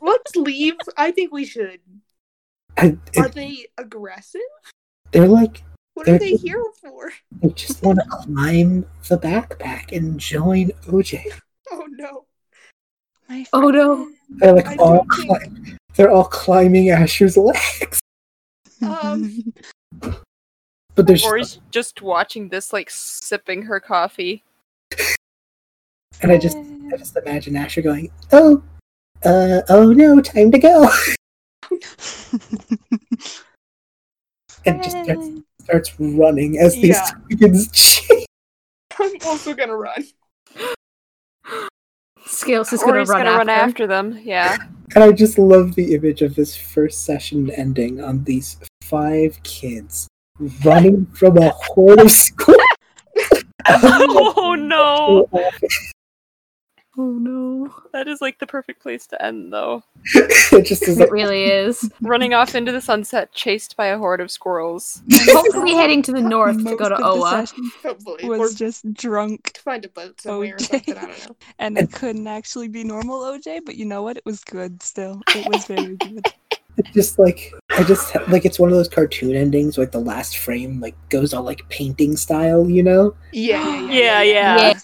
Speaker 4: Let's leave. I think we should.
Speaker 2: I,
Speaker 4: Are
Speaker 2: it,
Speaker 4: they aggressive?
Speaker 2: they're like
Speaker 4: What are
Speaker 2: They're
Speaker 4: they
Speaker 2: just-
Speaker 4: here for?
Speaker 2: they just want to climb the backpack and join OJ.
Speaker 4: Oh no.
Speaker 3: My
Speaker 5: Oh, no.
Speaker 2: They're like
Speaker 4: I
Speaker 2: all
Speaker 4: don't think-
Speaker 2: climb, they're all climbing Asher's legs,
Speaker 4: Um,
Speaker 2: but there's
Speaker 1: Or is just watching this, like sipping her coffee.
Speaker 2: and I just I just imagine Asher going, oh, uh, oh no, time to go, and just starts starts running as these
Speaker 4: Yeah.
Speaker 2: dragons chase.
Speaker 4: I'm also gonna run.
Speaker 5: Scales is
Speaker 1: Or
Speaker 5: gonna,
Speaker 1: he's
Speaker 5: run,
Speaker 1: gonna
Speaker 5: after.
Speaker 1: run after them. Yeah.
Speaker 2: And I just love the image of this first session ending on these five kids running from a horde of squirrels.
Speaker 1: oh no!
Speaker 5: Oh no!
Speaker 1: That is like the perfect place to end, though.
Speaker 2: it just is
Speaker 5: It
Speaker 2: like,
Speaker 5: really is.
Speaker 1: Running off into the sunset, chased by a horde of squirrels.
Speaker 5: Hopefully, heading to the north to
Speaker 3: Most
Speaker 5: go to
Speaker 3: of the
Speaker 5: Oa.
Speaker 3: session
Speaker 4: Hopefully, or
Speaker 3: Was just drunk,
Speaker 4: to find a boat somewhere or
Speaker 3: OJ.
Speaker 4: something. I don't know.
Speaker 3: and it couldn't actually be normal OJ. But you know what? It was good. Still, it was very good.
Speaker 2: It's just like I just like it's one of those cartoon endings like the last frame like goes all like painting style, you know?
Speaker 4: Yeah, yeah,
Speaker 1: Yeah, yeah.
Speaker 5: Yeah.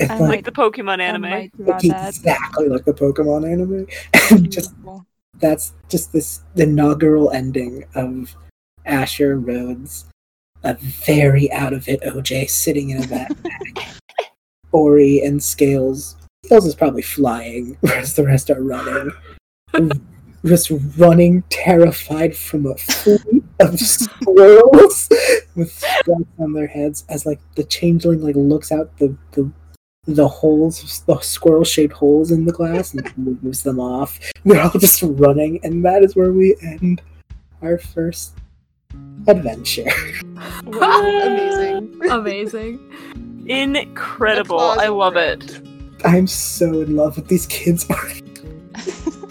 Speaker 2: It's
Speaker 3: I
Speaker 2: like,
Speaker 1: Like the Pokemon anime.
Speaker 3: I might draw
Speaker 2: like
Speaker 3: that.
Speaker 2: exactly like the Pokemon anime. And just
Speaker 3: Beautiful.
Speaker 2: that's just this inaugural ending of Asher Rhodes, a very out of it OJ sitting in a backpack. Ori and Scales. Scales is probably flying, whereas the rest are running. just running terrified from a fleet of squirrels with stripes on their heads as like the changeling like looks out the the the holes, the squirrel-shaped holes in the glass, and moves them off. They're all just running, and that is where we end our first adventure.
Speaker 4: Wow, amazing.
Speaker 5: Amazing.
Speaker 1: Incredible.
Speaker 4: Applause
Speaker 1: I love
Speaker 4: for
Speaker 1: it.
Speaker 2: I'm so in love with these kids.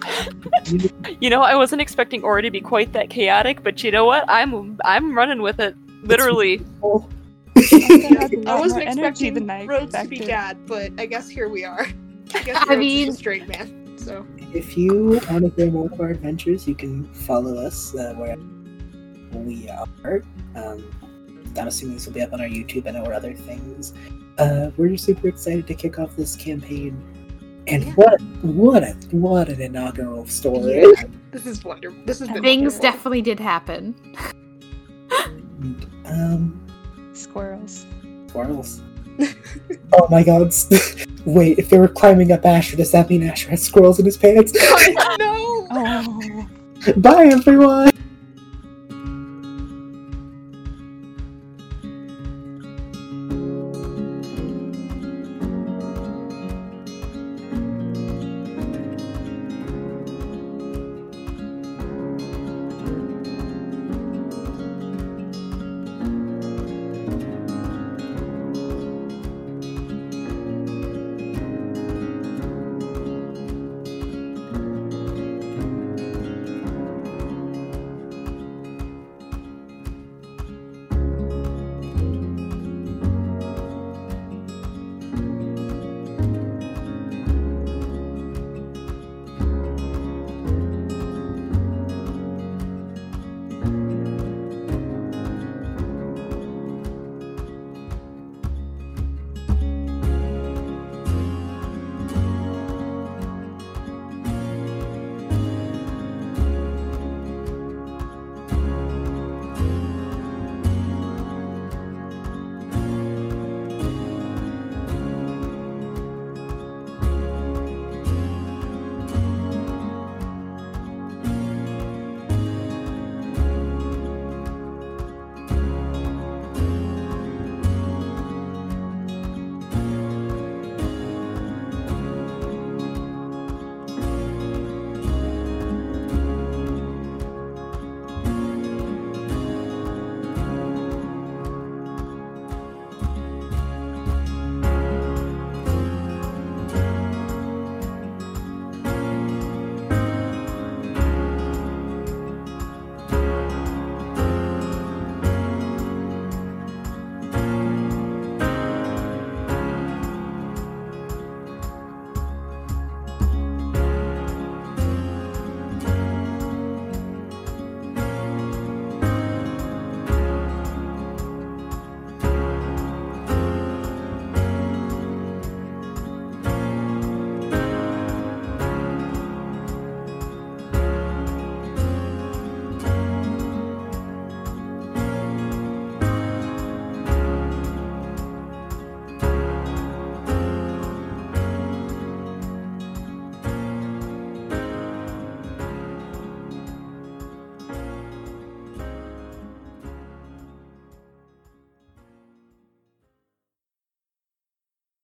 Speaker 1: You know, I wasn't expecting Ori to be quite that chaotic, but you know what? I'm I'm running with it. Literally.
Speaker 2: All
Speaker 4: I wasn't
Speaker 3: Lot more energy
Speaker 4: expecting
Speaker 3: than I
Speaker 4: roads to be
Speaker 3: expected.
Speaker 4: dad, but I guess here we are. I guess
Speaker 5: I
Speaker 4: Rhodes
Speaker 5: mean-
Speaker 4: is a straight man. So
Speaker 2: if you want to hear more of our adventures, you can follow us uh, wherever we are. Um, I'm assuming this will be up on our YouTube and our other things. Uh, we're just super excited to kick off this campaign. And
Speaker 4: Yeah.
Speaker 2: what what a what an inaugural story.
Speaker 4: Yeah. this is wonderful. This has been
Speaker 5: Things
Speaker 4: wonderful.
Speaker 5: definitely did happen.
Speaker 2: Um
Speaker 3: Squirrels.
Speaker 2: squirrels. oh my god. Wait, if they were climbing up Asher, does that mean Asher has squirrels in his pants?
Speaker 4: no.
Speaker 3: Oh.
Speaker 2: Bye everyone!